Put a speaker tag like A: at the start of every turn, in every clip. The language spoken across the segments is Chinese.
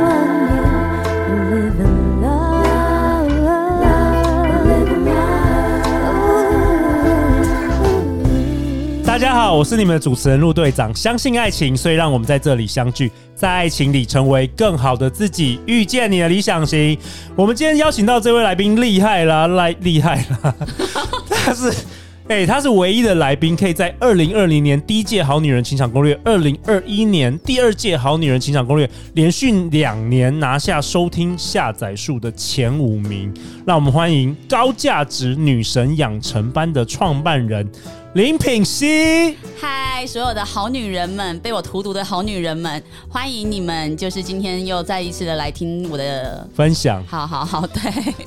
A: love you, live in love, live in love.
B: 大家好，我是你们的主持人陆队长。相信爱情，所以让我们在这里相聚，在爱情里成为更好的自己，遇见你的理想型。我们今天邀请到这位来宾厉害啦，来厉害啦，他是。哎、他是唯一的来宾，可以在二零二零年第一届《好女人情场攻略》、二零二一年第二届《好女人情场攻略》连续两年拿下收听下载数的前五名。让我们欢迎高价值女神养成班的创办人林品熙。
C: 嗨，所有的好女人们，被我荼毒的好女人们，欢迎你们！就是今天又再一次的来听我的，
B: 分享。
C: 好好好，对，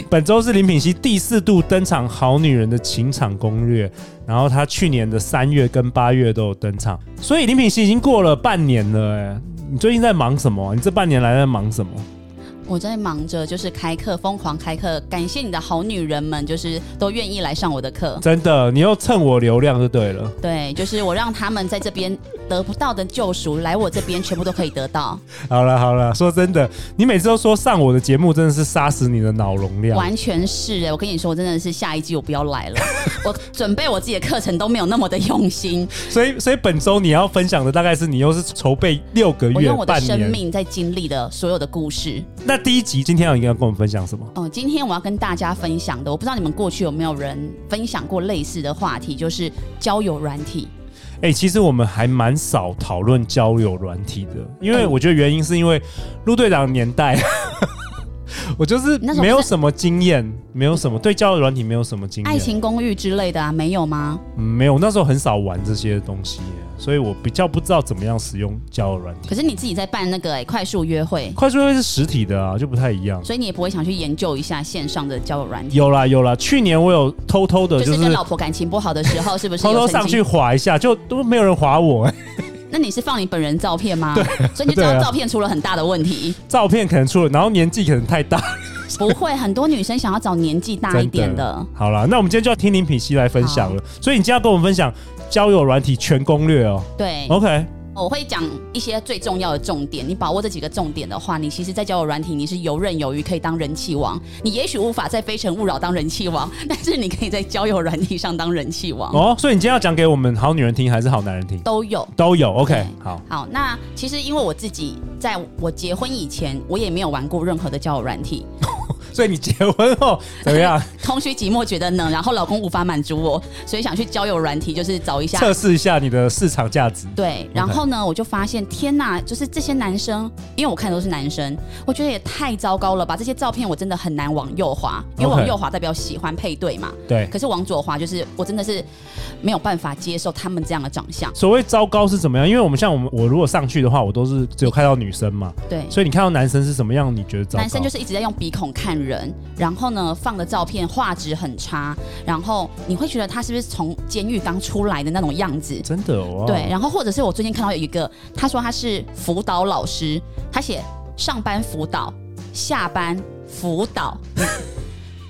B: 本周是林品熙第四度登场《好女人的情场攻略》，然后她去年的三月跟八月都有登场，所以林品熙已经过了半年了、哎，你最近在忙什么？你这半年来在忙什么？
C: 我在忙着就是开课，疯狂开课，感谢你的好女人们，就是都愿意来上我的课。
B: 真的，你又蹭我流量就对了。
C: 对，就是我让他们在这边得不到的救赎，来我这边全部都可以得到，
B: 好了好了，说真的，你每次都说上我的节目真的是杀死你的脑容量。
C: 完全是哎、我跟你说，我真的是下一季我不要来了， 我准备我自己的课程都没有那么的用心，
B: 所以所以本周你要分享的大概是你又是筹备六个
C: 我
B: 月
C: 用我的
B: 半
C: 生
B: 年。
C: 命在经历的所有的故事。
B: 那第一集今天要你要跟我们分享什么？
C: 哦，今天我要跟大家分享的，我不知道你们过去有没有人分享过类似的话题，就是交友软体。
B: 哎、其实我们还蛮少讨论交友软体的，因为
C: 嗯
B: 我觉得原因是因为陆队长年代， 我就是
C: 那时候
B: 没有
C: 不是
B: 什么经验，没有什么对交友软体没有什么经验，
C: 爱情公寓之类的啊，没有吗？
B: 嗯、没有，那时候很少玩这些东西耶，所以我比较不知道怎么样使用交友软体
C: 可。是你自己在办那个、欸、快速约会，
B: 快速约会是实体的啊，就不太一样。
C: 所以你也不会想去研究一下线上的交友软体。
B: 有啦有啦，去年我有偷偷的，
C: 就
B: 就是是
C: 跟老婆感情不好的时候，是不是
B: 偷
C: 有
B: 偷
C: 曾
B: 上
C: 经
B: 去？划一下，就都没有人划我、 哎
C: 那你是放你本人照片吗？所以你就知
B: 对
C: 道
B: 啊
C: 照片出了很大的问题。
B: 照片可能出了，然后年纪可能太大，
C: 不会，很多女生想要找年纪大一点的。
B: 好啦，那我们今天就要听林品熙来分享了，所以你今天要跟我们分享交友软体全攻略哦。
C: 对，
B: OK，
C: 我会讲一些最重要的重点，你把握这几个重点的话，你其实，在交友软体你是游刃有余，可以当人气王。你也许无法在非诚勿扰当人气王，但是你可以在交友软体上当人气王，
B: 哦，所以你今天要讲给我们好女人听还是好男人听？
C: 都有。
B: 都有。OK，
C: 对
B: 好，
C: 好，那其实因为我自己在我结婚以前，我也没有玩过任何的交友软体，
B: 所以你结婚后怎么 样？
C: 空虚寂寞觉得冷，然后老公无法满足我，所以想去交友软体，就是找一下
B: 测试一下你的市场价值。
C: 对，然后呢，我就发现，天呐，就是这些男生，因为我看的都是男生，我觉得也太糟糕了吧！这些照片我真的很难往右滑，因为
B: OK
C: 往右滑代表喜欢配对嘛。
B: 对，
C: 可是往左滑，就是我真的是没有办法接受他们这样的长相。
B: 所谓糟糕是怎么样？因为我们像我们，我如果上去的话，我都是只有看到女生嘛，
C: 对，
B: 所以你看到男生是什么样，你觉得糟糕？
C: 男生就是一直在用鼻孔看人，然后呢，放的照片画质很差，然后你会觉得他是不是从监狱刚出来的那种样子？
B: 真的哦。
C: 对，，然后或者是我最近看到有一个，他说他是辅导老师，他写上班辅导，下班辅导，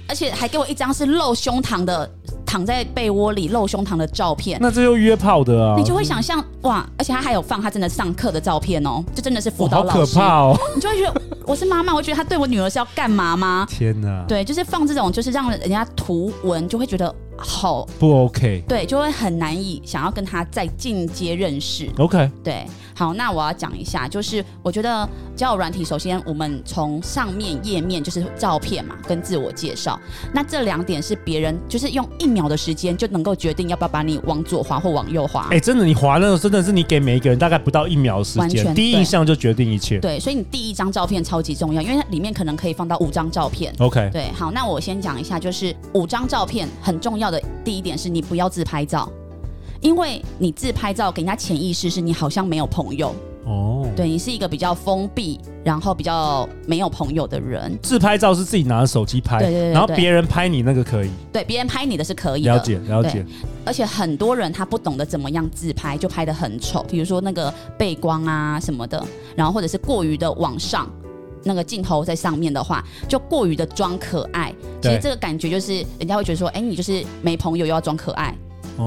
C: 而且还给我一张是露胸膛的，躺在被窝里露胸膛的照片。
B: 那这就约炮的啊，
C: 你就会想象哇，而且他还有放他真的上课的照片哦，就真的是辅
B: 哇
C: 导
B: 好
C: 老
B: 可
C: 师，
B: 怕哦！
C: 你就会觉得我是妈妈，我觉得他对我女儿是要干嘛吗？
B: 天哪，
C: 对，就是放这种就是让人家图文就会觉得好，
B: 不 OK。
C: 对，就会很难以想要跟他再进阶认识。
B: OK，
C: 对，好，那我要讲一下，就是我觉得交友软体，首先我们从上面页面就是照片嘛，跟自我介绍，那这两点是别人就是用一秒的时间就能够决定要不要把你往左滑或往右滑。
B: 哎、真的，你划那个真的是你给每一个人大概不到一秒的时
C: 完
B: 间，
C: 全
B: 第一印象就决定一切。
C: 对，所以你第一张照片超级重要，因为它里面可能可以放到五张照片。
B: OK，
C: 对，好，那我先讲一下，就是五张照片很重要的第一点是你不要自拍照，因为你自拍照给人家潜意识是你好像没有朋友，
B: 哦，
C: 对你是一个比较封闭，然后比较没有朋友的人。
B: 自拍照是自己拿着手机拍，
C: 对对对
B: 然后
C: 对
B: 别人拍你那个可以，
C: 对，别人拍你的是可以的。
B: 了解了解。
C: 而且很多人他不懂得怎么样自拍，就拍得很丑，比如说那个背光啊什么的，然后或者是过于的往上。那个镜头在上面的话，就过于的装可爱。其实
B: 对
C: 这个感觉就是人家会觉得说，哎、你就是没朋友又要装可爱，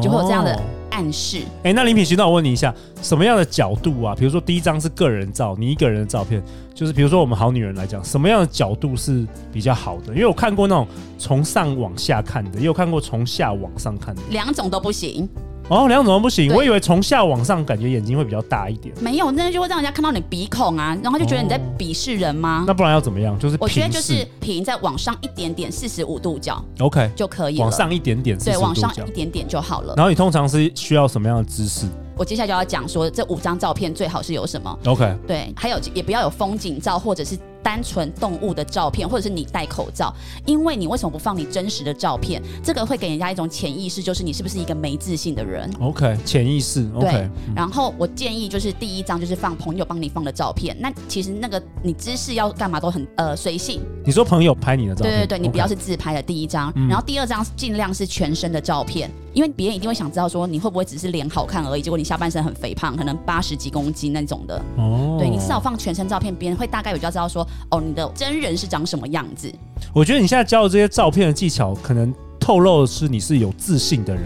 C: 就会有这样的
B: 哦
C: 暗示。
B: 哎、那林品行，那我问你一下，什么样的角度啊？比如说第一张是个人照，你一个人的照片，就是比如说我们好女人来讲，什么样的角度是比较好的？因为我看过那种从上往下看的，也有看过从下往上看的。
C: 两种都不行，
B: 哦，两种都不行，
C: 对
B: 我以为从下往上感觉眼睛会比较大一点，
C: 没有，那就会让人家看到你鼻孔啊，然后就觉得你在
B: 哦
C: 鄙视人吗？
B: 那不然要怎么样？就是
C: 我觉得
B: 平
C: 就
B: 视
C: 是平再往上一点点，四十五度角
B: OK，
C: 就可以了。
B: 往上一点点，
C: 对，
B: 45
C: 往上
B: 度角
C: 一点点就好了。
B: 然后你通常是需要什么样的姿势
C: 我接下来就要讲说这五张照片最好是有什么。
B: ？OK，
C: 对，还有也不要有风景照或者是单纯动物的照片，或者是你戴口罩，因为你为什么不放你真实的照片？这个会给人家一种潜意识，就是你是不是一个没自信的人。
B: OK，潜意识
C: 对
B: OK，嗯
C: 然后我建议就是第一张就是放朋友帮你放的照片，那其实那个你姿势要干嘛都很呃随性，
B: 你说朋友拍你的照
C: 对
B: 片，
C: 对对，你不
B: OK 嗯
C: 要是自拍的第一张，然后第二张尽量是全身的照片，因为别人一定会想知道说你会不会只是脸好看而已，结果你下半身很肥胖，可能八十几公斤那种的，
B: 哦，
C: 对你至少放全身照片，别人会大概比较知道说哦你的真人是长什么样子，
B: 我觉得你现在教的这些照片的技巧，可能透露的是你是有自信的人。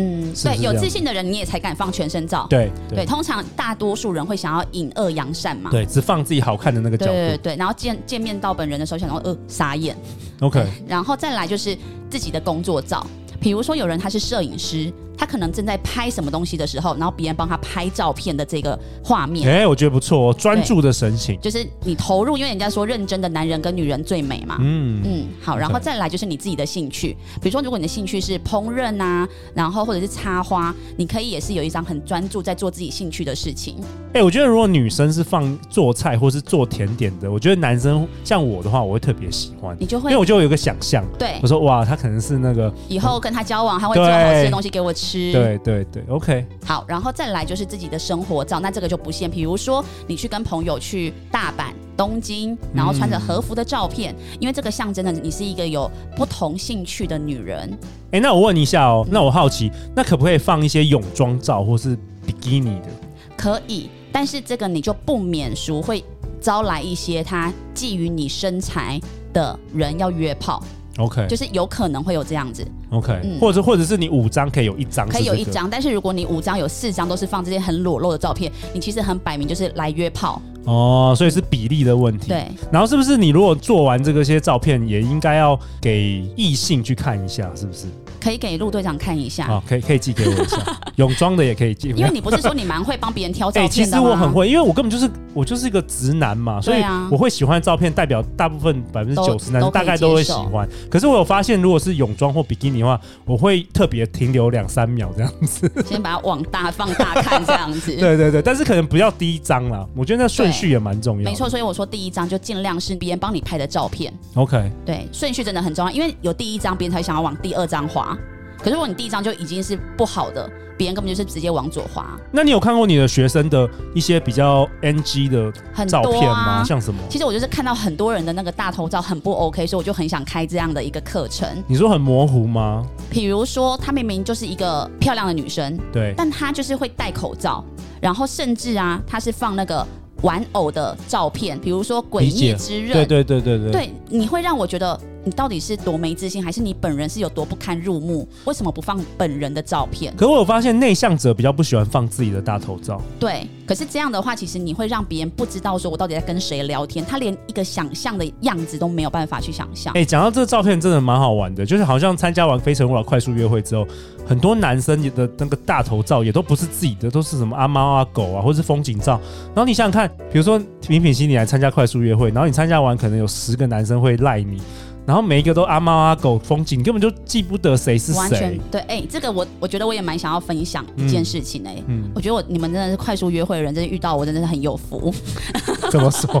C: 嗯，
B: 是
C: 对，
B: 是
C: 有
B: 这样
C: 自信的人你也才敢放全身照，
B: 对
C: 对，通常大多数人会想要引恶扬善嘛。
B: 对，只放自己好看的那个角
C: 对对
B: 度。
C: 对，然后见见面到本人的时候，想到呃傻眼，
B: OK，
C: 然后再来就是自己的工作照，比如说有人他是摄影师，他可能正在拍什么东西的时候，然后别人帮他拍照片的这个画面，
B: 哎，我觉得不错哦，专注的神情。
C: 就是你投入，因为人家说认真的男人跟女人最美嘛。
B: 嗯，
C: 嗯，好，然后再来就是你自己的兴趣，比如说，如果你的兴趣是烹饪啊，然后或者是插花，你可以也是有一张很专注在做自己兴趣的事情。
B: 哎，我觉得如果女生是放做菜或是做甜点的，我觉得男生像我的话，我会特别喜欢，
C: 你就
B: 因
C: 会
B: 为我就有一个想象，
C: 对
B: 我说哇，他可能是那个，
C: 以后跟他交往，他会做好吃的东西给我吃。
B: 对对对，OK，
C: 好，然后再来就是自己的生活照，那这个就不限，比如说你去跟朋友去大阪、东京，然后穿着和服的照片，因为这个象征着你是一个有不同兴趣的女人。
B: 哎，那我问一下哦，那我好奇，那可不可以放一些泳装照或是比基尼的？
C: 可以，但是这个你就不免俗会招来一些他觊觎你身材的人要约炮，
B: OK
C: 哎就是有可能会有这样子，
B: OK，、
C: 嗯
B: 或者或者是你五张可以有一张、
C: 可以有一
B: 张。
C: 张，但是如果你五张有四张都是放这些很裸露的照片，你其实很摆明就是来约炮，
B: 哦，所以是比例的问题。
C: 对。
B: 然后是不是你如果做完这个些照片，也应该要给异性去看一下，是不是？
C: 可以给陆队长看一下。
B: 啊，可以可以寄给我一下， 泳装的也可以寄。
C: 因为你不是说你蛮会帮别人挑照
B: 哎、
C: 片的吗？
B: 其实我很会，因为我根本就是我就是一个直男嘛，所以
C: 对啊
B: 我会喜欢的照片，代表大部分百分之
C: 都
B: 九十男
C: 都可
B: 生
C: 以
B: 大概都会
C: 接
B: 喜
C: 受
B: 欢。可是我有发现，如果是泳装或比基尼的话，我会特别停留两三秒这样子。
C: 先把它往大放大看这样 子。
B: 对对对，但是可能不要第一张啦，我觉得那顺序也蛮重要的。
C: 没错，所以我说第一张就尽量是别人帮你拍的照片，
B: ，OK，
C: 对，顺序真的很重要，因为有第一张，别人才想要往第二张滑。可是如果你第一张就已经是不好的，别人根本就是直接往左滑，
B: 那你有看过你的学生的一些比较 NG 的
C: 很
B: 照
C: 多
B: 片吗？
C: 啊。
B: 像什么？
C: 其实我就是看到很多人的那个大头照很不 OK，所以我就很想开这样的一个课程。
B: 你说很模糊吗？
C: 比如说，她明明就是一个漂亮的女生，
B: 对，
C: 但她就是会戴口罩，然后甚至啊，她是放那个玩偶的照片，比如说《诡
B: 理解
C: 异之刃》
B: 对对对对对。
C: 对，你会让我觉得你到底是多没自信，还是你本人是有多不堪入目？为什么不放本人的照片？
B: 可我有发现内向者比较不喜欢放自己的大头照，
C: 对，可是这样的话，其实你会让别人不知道说我到底在跟谁聊天，他连一个想象的样子都没有办法去想象。
B: 哎、讲到这个照片真的蛮好玩的，就是好像参加完《非诚勿扰》快速约会之后，很多男生的那个大头照也都不是自己的，都是什么阿猫啊狗啊，或是风景照。然后你想想看，比如说林品熙你来参加快速约会，然后你参加完可能有十个男生会赖你，然后每一个都阿猫啊狗风景，你根本就记不得谁是
C: 完全
B: 谁。
C: 对，哎、这个我我觉得我也蛮想要分享一件事情哎、
B: 嗯，
C: 我觉得我你们真的是快速约会的人，真的遇到我真的是很有福。
B: 怎么说？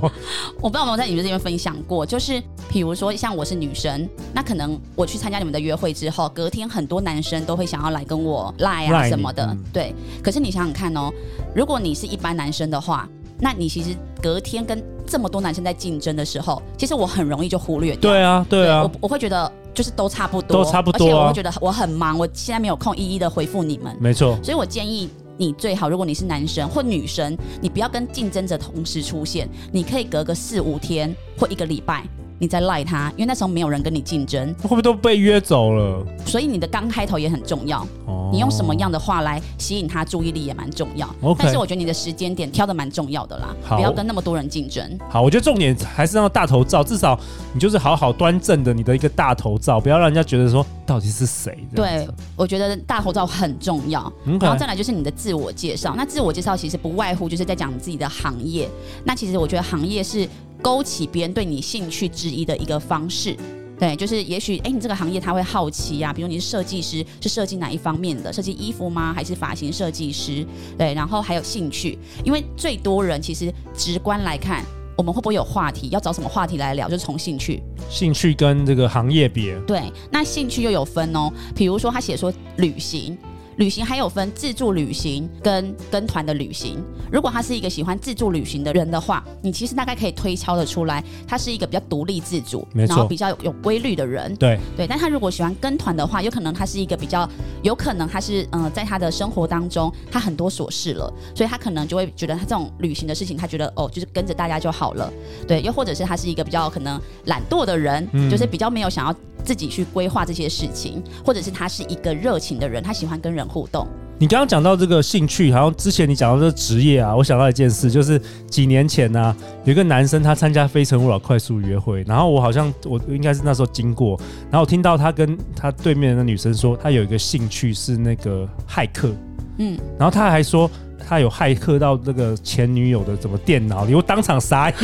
C: 我不知道有没有在你们这边分享过，就是比如说像我是女生，那可能我去参加你们的约会之后，隔天很多男生都会想要来跟我赖啊
B: Line 你
C: 什么的，
B: 嗯
C: 对。可是你想想看哦，如果你是一般男生的话，那你其实隔天跟这么多男生在竞争的时候，其实我很容易就忽略掉。
B: 对啊，对啊
C: 我，我会觉得就是都差不多，
B: 都差不多啊
C: 而且我会觉得我很忙，我现在没有空一一的回复你们。
B: 没错。
C: 所以我建议你最好，如果你是男生或女生，你不要跟竞争者同时出现，你可以隔个四五天或一个礼拜，你再赖他，因为那时候没有人跟你竞争，
B: 会不会都被约走了？
C: 所以你的刚开头也很重要。
B: 哦
C: 你用什么样的话来吸引他注意力也蛮重要
B: OK
C: 但是我觉得你的时间点挑的蛮重要的啦，
B: 好
C: 不要跟那么多人竞争。
B: 好，我觉得重点还是让大头照，至少你就是好好端正的你的一个大头照，不要让人家觉得说到底是谁。这样
C: 对
B: 子，嗯
C: 我觉得大头照很重要。
B: OK
C: 然后再来就是你的自我介绍。那自我介绍其实不外乎就是在讲你自己的行业。那其实我觉得行业是勾起别人对你兴趣之一的一个方式。对，就是也许哎、诶你这个行业他会好奇啊，比如你是设计师，是设计哪一方面的？设计衣服吗？还是发型设计师？对，然后还有兴趣，因为最多人其实直观来看，我们会不会有话题？要找什么话题来聊？就是从兴趣。
B: 兴趣跟这个行业别，
C: 对，那兴趣又有分哦，比如说他写说旅行。旅行还有分自助旅行跟跟团的旅行。如果他是一个喜欢自助旅行的人的话，你其实大概可以推敲的出来，他是一个比较独立自主，
B: 没
C: 然后
B: 错
C: 比较有有规律的人。
B: 对，
C: 对，但他如果喜欢跟团的话，有可能他是一个比较，有可能他是嗯、呃在他的生活当中，他很多琐事了，所以他可能就会觉得他这种旅行的事情，他觉得哦，就是跟着大家就好了。对，又或者是他是一个比较可能懒惰的人，
B: 嗯
C: 就是比较没有想要自己去规划这些事情，或者是他是一个热情的人，他喜欢跟人互 动。
B: 你刚刚讲到这个兴趣，好像之前你讲到这个职业啊，我想到一件事，就是几年前呢、有一个男生他参加《非诚勿扰》快速约会，然后我好像我应该是那时候经过，然后我听到他跟他对面的女生说，他有一个兴趣是那个骇客，
C: 嗯，
B: 然后他还说。他有骇客到那个前女友的什么电脑里，我当场傻眼。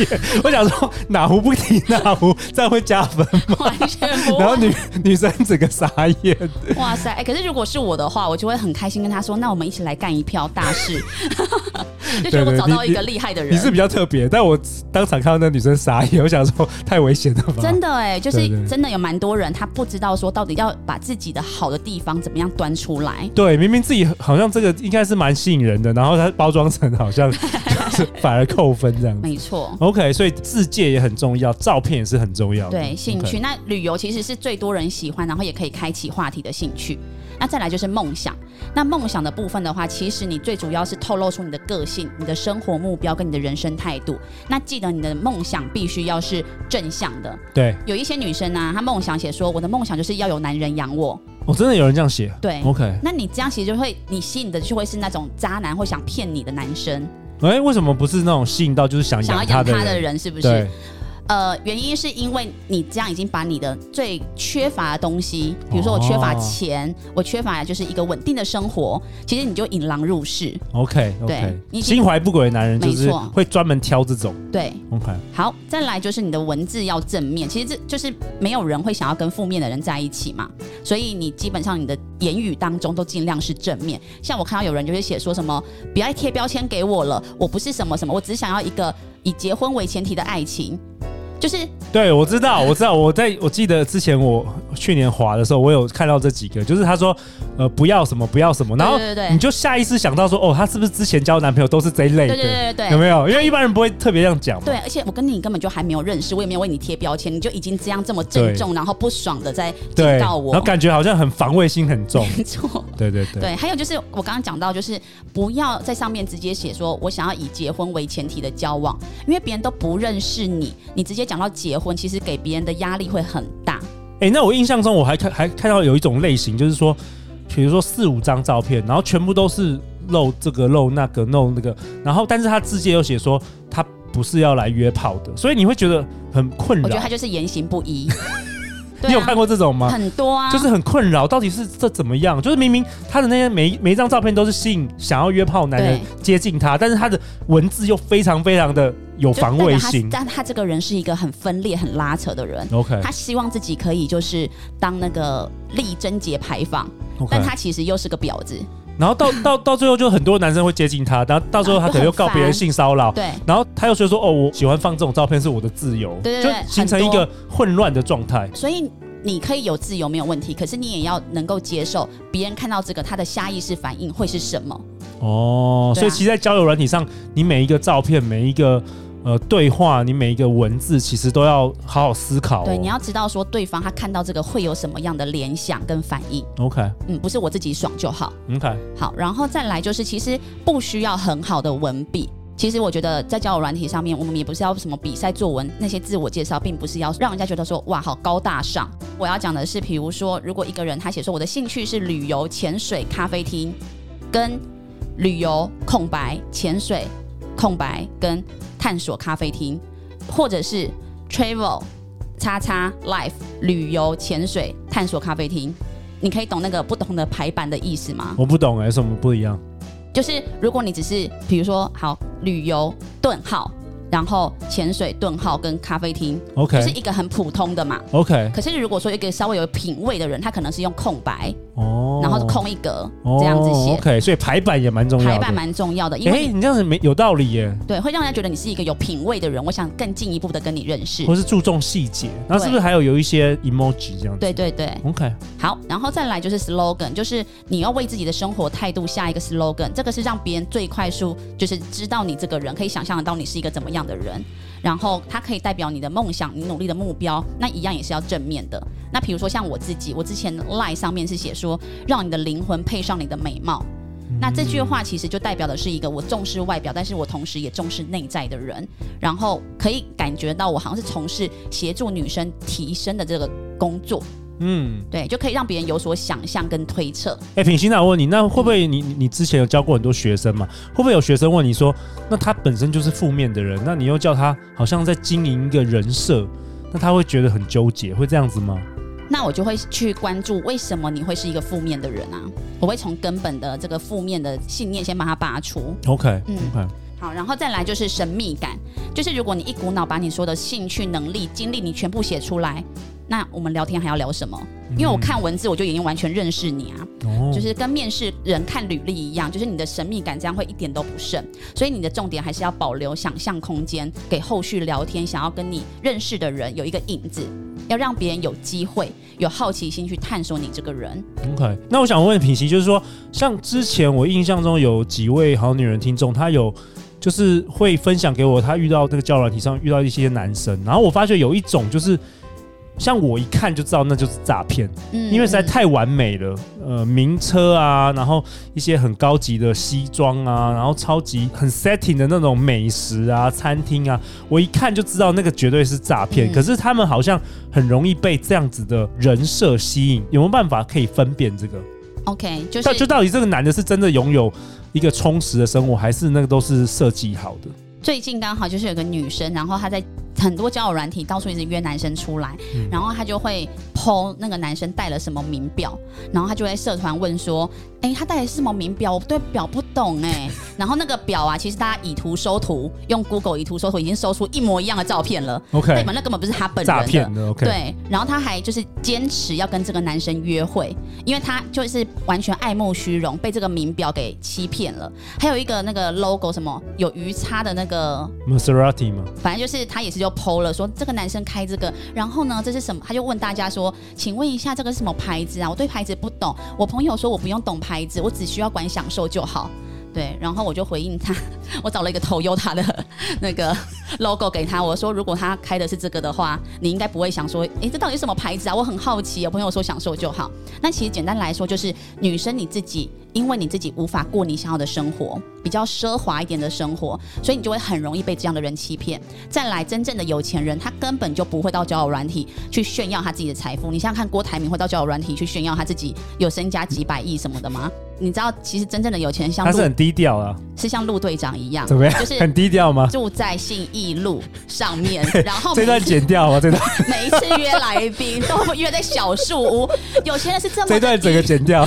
B: 我想说哪壶不提哪壶，这样会加分。
C: 完 全不
B: 然后
C: 会
B: 女女生整个傻眼，
C: 哇塞！哎、可是如果是我的话，我就会很开心跟他说，那我们一起来干一票大事，
B: 对
C: 就觉得我
B: 对
C: 找
B: 你
C: 到一个
B: 你
C: 厉害的人。
B: 你是比较特别，但我当场看到那女生傻眼，我 想说太危险了吧？
C: 真的哎、就
B: 对对
C: 是真的有蛮多人，他不知道说到底要把自己的好的地方怎么样端出来。
B: 对，明明自己好像这个应该是蛮吸引人的，然后他包装成好像 就是反而扣分这样子。
C: 没错，
B: OK，所以自介也很重要，照片也是很重要的。
C: 对兴
B: OK
C: 趣。那旅游其实是最多人喜欢，然后也可以开启话题的兴趣。那再来就是梦想。那梦想的部分的话，其实你最主要是透露出你的个性、你的生活目标跟你的人生态度。那记得你的梦想必须要是正向的。
B: 对，
C: 有一些女生呢、啊她梦想写说我的梦想就是要有男人养我。
B: 我、哦真的有人这样写。
C: 对
B: ，OK，
C: 那你这样其实就会，你吸引的就会是那种渣男或想骗你的男生。
B: 哎、为什么不是那种吸引到就是想
C: 想要
B: 养
C: 养
B: 的
C: 他
B: 人？
C: 的人是不
B: 对
C: 是？，呃，原因是因为你这样已经把你的最缺乏的东西，比如说我缺乏
B: 哦
C: 钱，我缺乏就是一个稳定的生活，其实你就引狼入室。
B: OK
C: 对
B: OK，
C: 你已经
B: 心怀不轨的男人就
C: 没
B: 是
C: 错
B: 会专门挑这种。
C: 对，
B: OK，
C: 好，再来就是你的文字要正面，其实这就是没有人会想要跟负面的人在一起嘛，所以你基本上你的言语当中都尽量是正面。像我看到有人就会写说什么“不要贴标签给我了，我不是什么什么，我只想要一个以结婚为前提的爱情”，就是
B: 对，我知道，我知道，我在我记得之前我去年滑的时候，我有看到这几个，就是他说，呃，不要什么，不要什么，然后
C: 对对对对
B: 你就下意识想到说，哦，他是不是之前交的男朋友都是这一类的，
C: 对对对对对
B: 有没有？因为一般人不会特别这样讲嘛。
C: 对，而且我跟你根本就还没有认识，我也没有为你贴标签，你就已经这样这么郑重，然后不爽的在警
B: 对，
C: 告
B: 然
C: 我
B: 后，感觉好像很防卫心很
C: 。
B: 重
C: 没错。
B: 对对对，
C: 对，还有就是我刚刚讲到，就是不要在上面直接写说我想要以结婚为前提的交往，因为别人都不认识你，你直接讲到结婚，其实给别人的压力会很大。
B: 哎、那我印象中我还看还看到有一种类型，就是说，比如说四五张照片，然后全部都是露这个露那个露那个，然后但是他自己有写说他不是要来约炮的，所以你会觉得很困
C: 我
B: 扰
C: 觉得。他就是言行不一。对
B: 你有
C: 啊
B: 看过这种吗？
C: 很多啊，
B: 就是很困扰，到底是这怎么样？就是明明他的那些每每一张照片都是吸引想要约炮男人接近他，但是他的文字又非常非常的有
C: 就
B: 防
C: 代
B: 卫
C: 表他
B: 心。
C: 但他这个人是一个很分裂、很拉扯的人。
B: OK
C: 他希望自己可以就是当那个力贞节牌坊，
B: OK，
C: 但他其实又是个婊子。
B: 然后到到到最后就很多男生会接近他，然后到最后他可能又告别人性骚扰，
C: 对
B: 然后他又说说哦，我喜欢放这种照片是我的自由，
C: 对对对
B: 就形成一个混乱的状态。
C: 所以你可以有自由没有问题，可是你也要能够接受别人看到这个他的下意识反应会是什么。
B: 哦，
C: 对啊
B: 所以其实，在交友软体上，你每一个照片，每一个呃对话，你每一个文字其实都要好好思考、哦。
C: 对，你要知道说对方他看到这个会有什么样的联想跟反应，
B: OK
C: 嗯，不是我自己爽就好。
B: OK，
C: 好，然后再来就是，其实不需要很好的文笔。其实我觉得在交友软体上面，我们也不是要什么比赛作文那些自我介绍，并不是要让人家觉得说哇好高大上。我要讲的是，比如说，如果一个人他写说我的兴趣是旅游、潜水、咖啡厅，跟旅游空白、潜水空白跟探索咖啡厅，或者是 travel 叉叉 life 旅游、潜水、探索咖啡厅，你可以懂那个不同的排版的意思吗？
B: 我不懂哎、有什么不一样？
C: 就是如果你只是比如说好旅游顿号，然后潜水顿号跟咖啡厅，
B: OK
C: 就是一个很普通的嘛。
B: OK，
C: 可是如果说一个稍微有品味的人，他可能是用空白，
B: 哦，
C: 然后是空一格、这样子
B: 哦
C: 写，
B: ，OK，所以排版也蛮重要的。
C: 排版蛮重要的，因
B: 哎、
C: 为你、
B: 你这样子没有道理耶，
C: 对会让人家觉得你是一个有品味的人。我想更进一步的跟你认识
B: 或。是注重细节，然后是
C: 对
B: 不是还有有一些 emoji 这样子？
C: 对对对，
B: ，OK，
C: 好，然后再来就是 slogan，就是你要为自己的生活态度下一个 slogan，这个是让别人最快速就是知道你这个人，可以想象得到你是一个怎么样的人，然后它可以代表你的梦想、你努力的目标，那一样也是要正面的。那比如说像我自己，我之前 line 上面是写说，让你的灵魂配上你的美貌。那这句话其实就代表的是一个我重视外表，但是我同时也重视内在的人，然后可以感觉到我好像是从事协助女生提升的这个工作，
B: 嗯，
C: 对，就可以让别人有所想象跟推测。
B: 哎、品心，那我问你，那会不会
C: 嗯
B: 你你你之前有教过很多学生嘛？会不会有学生问你说，那他本身就是负面的人，那你又叫他好像在经营一个人设，那他会觉得很纠结，会这样子吗？
C: 那我就会去关注为什么你会是一个负面的人啊？我会从根本的这个负面的信念先把它拔除。
B: OK，OK，、
C: 嗯好，然后再来就是神秘感，就是如果你一股脑把你说的兴趣、能力、经历你全部写出来，那我们聊天还要聊什么？因为我看文字我就已经完全认识你啊，
B: 哦
C: 就是跟面试人看履历一样，就是你的神秘感这样会一点都不剩，所以你的重点还是要保留想象空间，给后续聊天想要跟你认识的人有一个影子，要让别人有机会、有好奇心去探索你这个人。
B: OK，那我想问品熙，就是说，像之前我印象中有几位好女人听众，她有就是会分享给我，她遇到这个交友软体上遇到一些男生，然后我发觉有一种就是。像我一看就知道那就是诈骗，
C: 嗯
B: 因为实在太完美了，呃，名车啊，然后一些很高级的西装啊，然后超级很 setting 的那种美食啊、餐厅啊，我一看就知道那个绝对是诈骗。
C: 嗯
B: 可是他们好像很容易被这样子的人设吸引，有没有办法可以分辨这个？
C: OK，就
B: 但就是到底这个男的是真的拥有一个充实的生活，还是那个都是设计好的？
C: 最近刚好就是有个女生，然后她在很多交友软体到处一直约男生出来，
B: 嗯
C: 然后她就会 PO 那个男生戴了什么名表，然后她就在社团问说：“哎、他戴的是什么名表？我对表不懂哎、 然后那个表啊，其实大家以图搜图，用 Google 以图搜图已经搜出一模一样的照片了
B: OK
C: 代表那根本不是他本人
B: 诈
C: 的
B: 骗的 OK
C: 对，然后她还就是坚持要跟这个男生约会，因为她就是完全爱慕虚荣，被这个名表给欺骗了。还有一个那个 logo 什么有鱼叉的那个
B: Maserati 嘛，
C: 反正就是他也是就 PO 了说这个男生开这个，然后呢这是什么？他就问大家说，请问一下这个是什么牌子啊？我对牌子不懂，我朋友说我不用懂牌子，我只需要管享受就好。对，然后我就回应他， 我找了一个 Toyota 的 那个 logo 给他，我说如果他开的是这个的话，你应该不会想说，诶，这到底是什么牌子啊？我很好奇。我朋友说享受就好。那其实简单来说，就是女生你自己，因为你自己无法过你想要的生活，比较奢华一点的生活，所以你就会很容易被这样的人欺骗。再来，真正的有钱人，他根本就不会到交友软体去炫耀他自己的财富。你想想看，郭台铭会到交友软体去炫耀他自己有身家几百亿什么的吗？你知道，其实真正的有钱人像
B: 他
C: 陆
B: 是很低调啊，
C: 是像陆队长一样，
B: 怎么样？
C: 就
B: 很
C: 是
B: 低调吗？
C: 住在信义路上面， 然后
B: 这
C: 每
B: 段
C: 一次
B: 剪掉啊，这段
C: 每一次约来宾都约在小 树屋，有钱人是这么
B: 这段整个剪 掉，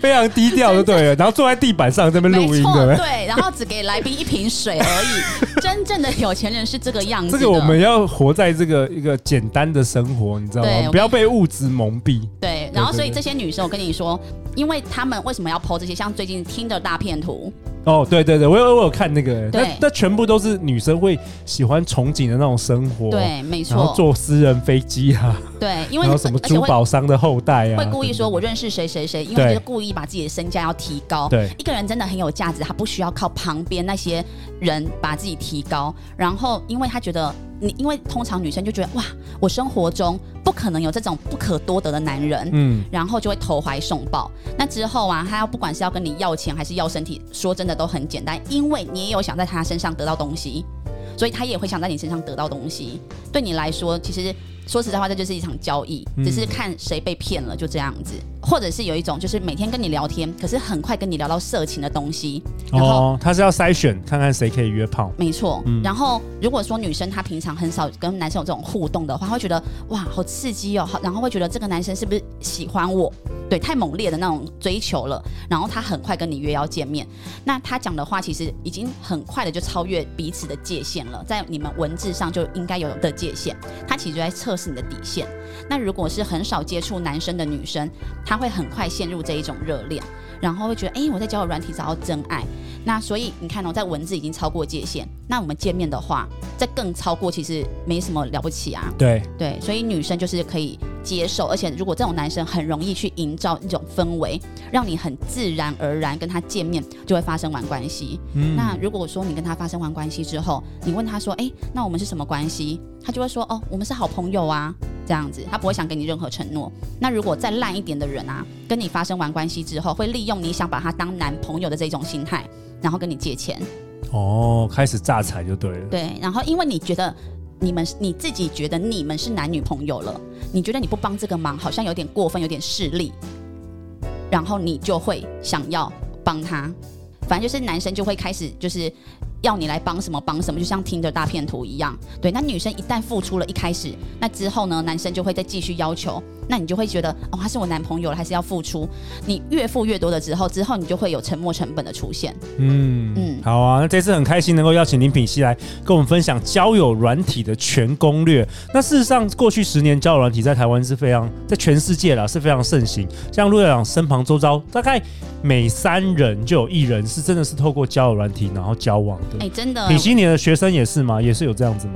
B: 非常低调就对了。然后坐在地板上这边
C: 没
B: 录音，对
C: 错
B: 不对？
C: 对，然后只给来宾一瓶水而 已。真正的有钱人是这个样子
B: 这
C: 的。
B: 个我们要活在这个一个简单的生活，你知道
C: 对我跟
B: 吗？
C: 你
B: 不要被物质蒙蔽。
C: 对，然后
B: 对对
C: 所以
B: 对
C: 这些女生，我跟你说，因为他们为什么要 PO 这些？像最近听的大片图，
B: 哦，对对对，我有我有看那个，哎那
C: 对
B: 那全部都是女生会喜欢憧憬的那种生活，，
C: 对，没
B: 然后
C: 错，
B: 坐私人飞机啊，
C: 对，因为
B: 然后什么
C: 而且
B: 珠
C: 会
B: 宝商的后代啊，
C: 会故意说我认识谁谁谁，因为
B: 对
C: 就是故意把自己的身价要提高。
B: 对
C: 一个人真的很有价值，他不需要靠旁边那些人把自己提高。然后，因为他觉得你，因为通常女生就觉得哇，我生活中不可能有这种不可多得的男人。
B: 嗯，
C: 然后就会投怀送抱。那之后啊，他要不管是要跟你要钱还是要身体，说真的都很简单，因为你也有想在他身上得到东西，所以他也会想在你身上得到东西。对你来说，其实说实在话，这就是一场交易，
B: 嗯
C: 只是看谁被骗了，就这样子。或者是有一种就是每天跟你聊天，可是很快跟你聊到色情的东西，然后
B: 哦，他是要筛选看看谁可以约炮，
C: 没错，
B: 嗯
C: 然后如果说女生她平常很少跟男生有这种互动的话，会觉得哇好刺激哦，好，然后会觉得这个男生是不是喜欢我？对，太猛烈的那种追求了，然后他很快跟你约要见面，那他讲的话其实已经很快的就超越彼此的界限了，在你们文字上就应该有的界限，他其实就在测试你的底线。那如果是很少接触男生的女生，她会很快陷入这一种热恋，然后会觉得，哎、我在交友软体找到真爱。那所以你看哦，在文字已经超过界限，那我们见面的话，再更超过其实没什么了不起啊。
B: 对，
C: 对，所以女生就是可以接受，而且如果这种男生很容易去营造一种氛围，让你很自然而然跟他见面就会发生完关系。
B: 嗯
C: 那如果说你跟他发生完关系之后，你问他说：“哎、那我们是什么关系？”他就会说：“哦，我们是好朋友啊。”这样子，他不会想给你任何承诺。那如果再烂一点的人啊，跟你发生完关系之后，会利用你想把他当男朋友的这种心态，然后跟你借钱。
B: 哦，开始榨财就对了，
C: 嗯对，然后因为你觉得你们你自己觉得你们是男女朋友了，你觉得你不帮这个忙好像有点过分，有点势利，然后你就会想要帮他。反正就是男生就会开始就是要你来帮什么帮什么，就像听着大片图一样。对，那女生一旦付出了一开始，那之后呢，男生就会再继续要求，那你就会觉得哦，他是我男朋友了，还是要付出。你越付越多的之后，之后你就会有沉没成本的出现。
B: 嗯嗯
C: 嗯，
B: 好啊，那这次很开心能够邀请林品熙来跟我们分享交友软体的全攻略。那事实上，过去十年交友软体在台湾是非常，在全世界啦是非常盛行。像陆队长身旁周遭，大概每三人就有一人是真的是透过交友软体然后交往的。
C: 哎、真的，
B: 品熙，你的学生也是吗？也是有这样子吗？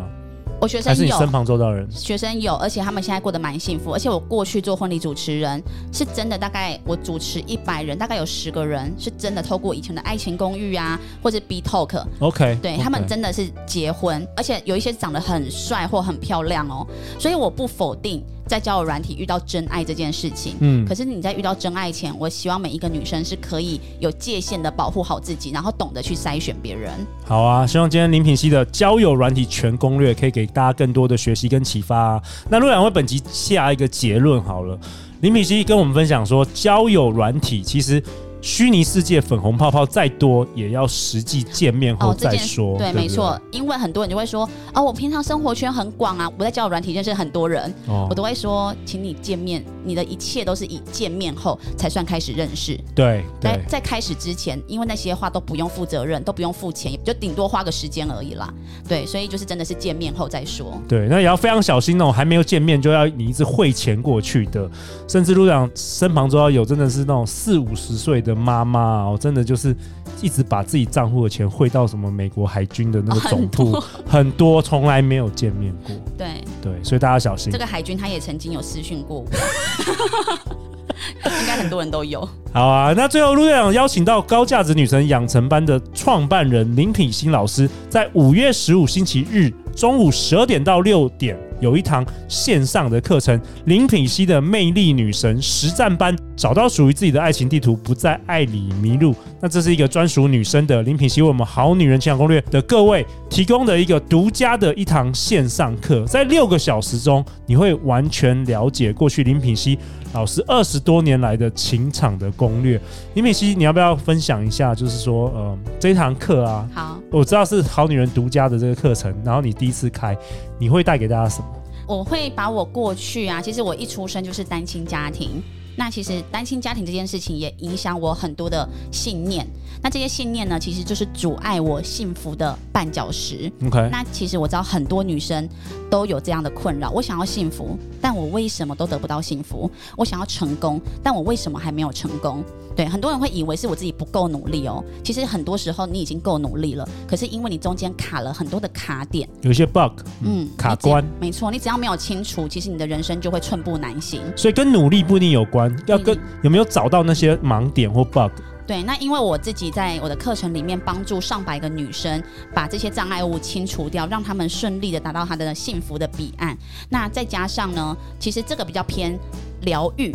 C: 我学生
B: 还是你
C: 有
B: 身旁周遭的人？
C: 学生有，而且他们现在过得蛮幸福。而且我过去做婚礼主持人，是真的大概我主持一百人，大概有十个人是真的透过以前的爱情公寓啊，或者 B Talk，
B: OK，
C: 对
B: OK
C: 他们真的是结婚，而且有一些长得很帅或很漂亮哦。所以我不否定在交友软体遇到真爱这件事情。
B: 嗯
C: 可是你在遇到真爱前，我希望每一个女生是可以有界限的保护好自己，然后懂得去筛选别人。
B: 好啊，希望今天林品熙的交友软体全攻略可以给大家更多的学习跟启发、啊。那陆两位本集下一个结论好了，林品熙跟我们分享说，交友软体其实虚拟世界粉红泡泡再多，也要实际见面后
C: 哦，这
B: 再
C: 件
B: 说。
C: 对，
B: 不
C: 没错。，因为很多人就会说，哦，我平常生活圈很广啊，我在交友软体认识很多人，
B: 哦
C: 我，都会说，请你见面，你的一切都是以见面后才算开始认识。
B: 对对
C: 在在开始之前，因为那些话都不用负责任，都不用付钱，也就顶多花个时间而已啦。对，所以就是真的是见面后再说。
B: 对，那也要非常小心哦，还没有见面就要你一直汇钱过去的，甚至陆长身旁周遭有真的是那种四五十岁的妈妈哦，真的就是一直把自己账户的钱汇到什么美国海军的那个总部，
C: 哦
B: 很多从来没有见面过，
C: 对，
B: 对，所以大家小心
C: 这。个海军他也曾经有私讯过我， 应该很多人都有。
B: 好啊，那最后陆队长邀请到高价值女神养成班的创办人林品欣老师，在五月十五星期日中午十二点到六点有一堂线上的课程《林品熙的魅力女神实战班》，找到属于自己的爱情地图，不在爱里迷路。那这是一个专属女生的林品熙为我们《好女人情感攻略》的各位提供的一个独家的一堂线上课，在六个小时中，你会完全了解过去林品熙老师二十多年来的情场的攻略。林品熙，你要不要分享一下？就是说，呃，这堂课啊，
C: 好，
B: 我知道是好女人独家的这个课程，然后你第一次开，你会带给大家什么？
C: 我会把我过去啊，其实我一出生就是单亲家庭，那其实单亲家庭这件事情也影响我很多的信念。那这些信念呢，其实就是阻碍我幸福的绊脚石。
B: OK，
C: 那其实我知道很多女生都有这样的困扰。我想要幸福，但我为什么都得不到幸福？我想要成功，但我为什么还没有成功？对，很多人会以为是我自己不够努力哦。其实很多时候你已经够努力了，可是因为你中间卡了很多的卡点，
B: 有一些 bug，嗯，
C: 嗯，
B: 卡
C: 你只要
B: 关。
C: 没错，你只要没有清楚，其实你的人生就会寸步难行。
B: 所以跟努力不一定有关，要跟
C: 嗯
B: 有没有找到那些盲点或 bug。
C: 对，那因为我自己在我的课程里面帮助上百个女生把这些障碍物清除掉，让她们顺利的达到她的幸福的彼岸。那再加上呢，其实这个比较偏疗愈。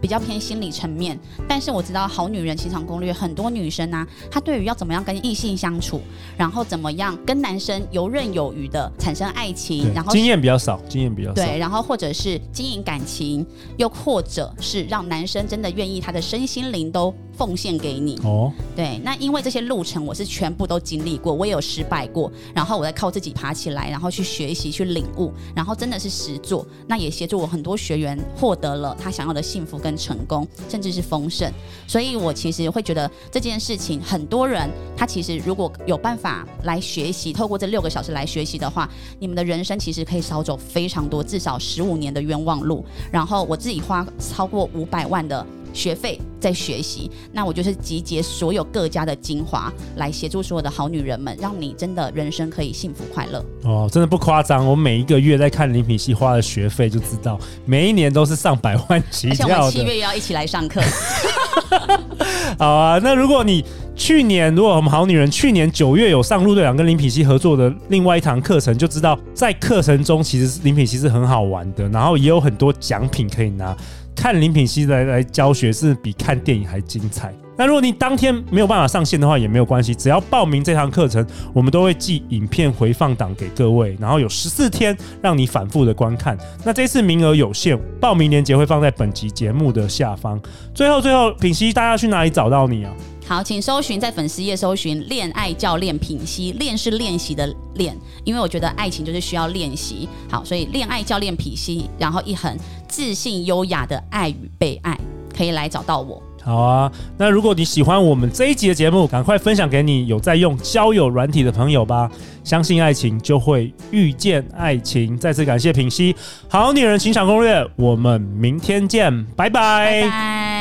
C: 比较偏心理层面，但是我知道《好女人情场攻略》很多女生啊，她对于要怎么样跟异性相处，然后怎么样跟男生游刃有余的产生爱情，然后
B: 经验比较少，经验比较少。
C: 对，然后或者是经营感情，又或者是让男生真的愿意他的身心灵都奉献给你。
B: 哦，
C: 对，那因为这些路程我是全部都经历过，我也有失败过，然后我再靠自己爬起来，然后去学习、去领悟，然后真的是实做，那也协助我很多学员获得了他想要的幸福跟成功，甚至是丰盛。所以我其实会觉得这件事情，很多人他其实如果有办法来学习，透过这六个小时来学习的话，你们的人生其实可以少走非常多，至少十五年的冤枉路。然后我自己花超过五百万的学费在学习，那我就是集结所有各家的精华，来协助所有的好女人们，让你真的人生可以幸福快乐。
B: 哦，真的不夸张，我每一个月在看林品系花的学费就知道，每一年都是上百万起
C: 而且我们
B: 跳
C: 七
B: 的。
C: 月也要一起来上课，
B: 好啊，那如果你去年如果我们好女人去年九月有上陆队长跟林品系合作的另外一堂课程，就知道在课程中其实是林品系是很好玩的，然后也有很多奖品可以拿。看林品系来来教学是比看电影还精彩。那如果你当天没有办法上线的话，也没有关系，只要报名这堂课程，我们都会寄影片回放档给各位，然后有十四天让你反复的观看。那这次名额有限，报名链接会放在本集节目的下方。最后，最后，品熙，大家去哪里找到你啊？
C: 好，请搜寻在粉丝页搜寻“恋爱教练品析”，恋是练习的恋，因为我觉得爱情就是需要练习。好，所以恋爱教练品析，然后一横自信优雅的爱与被爱，可以来找到我。
B: 好啊，那如果你喜欢我们这一集的节目，赶快分享给你有在用交友软体的朋友吧。相信爱情，就会遇见爱情。再次感谢品熙，《好女人情场攻略》，我们明天见，拜拜
C: 拜拜。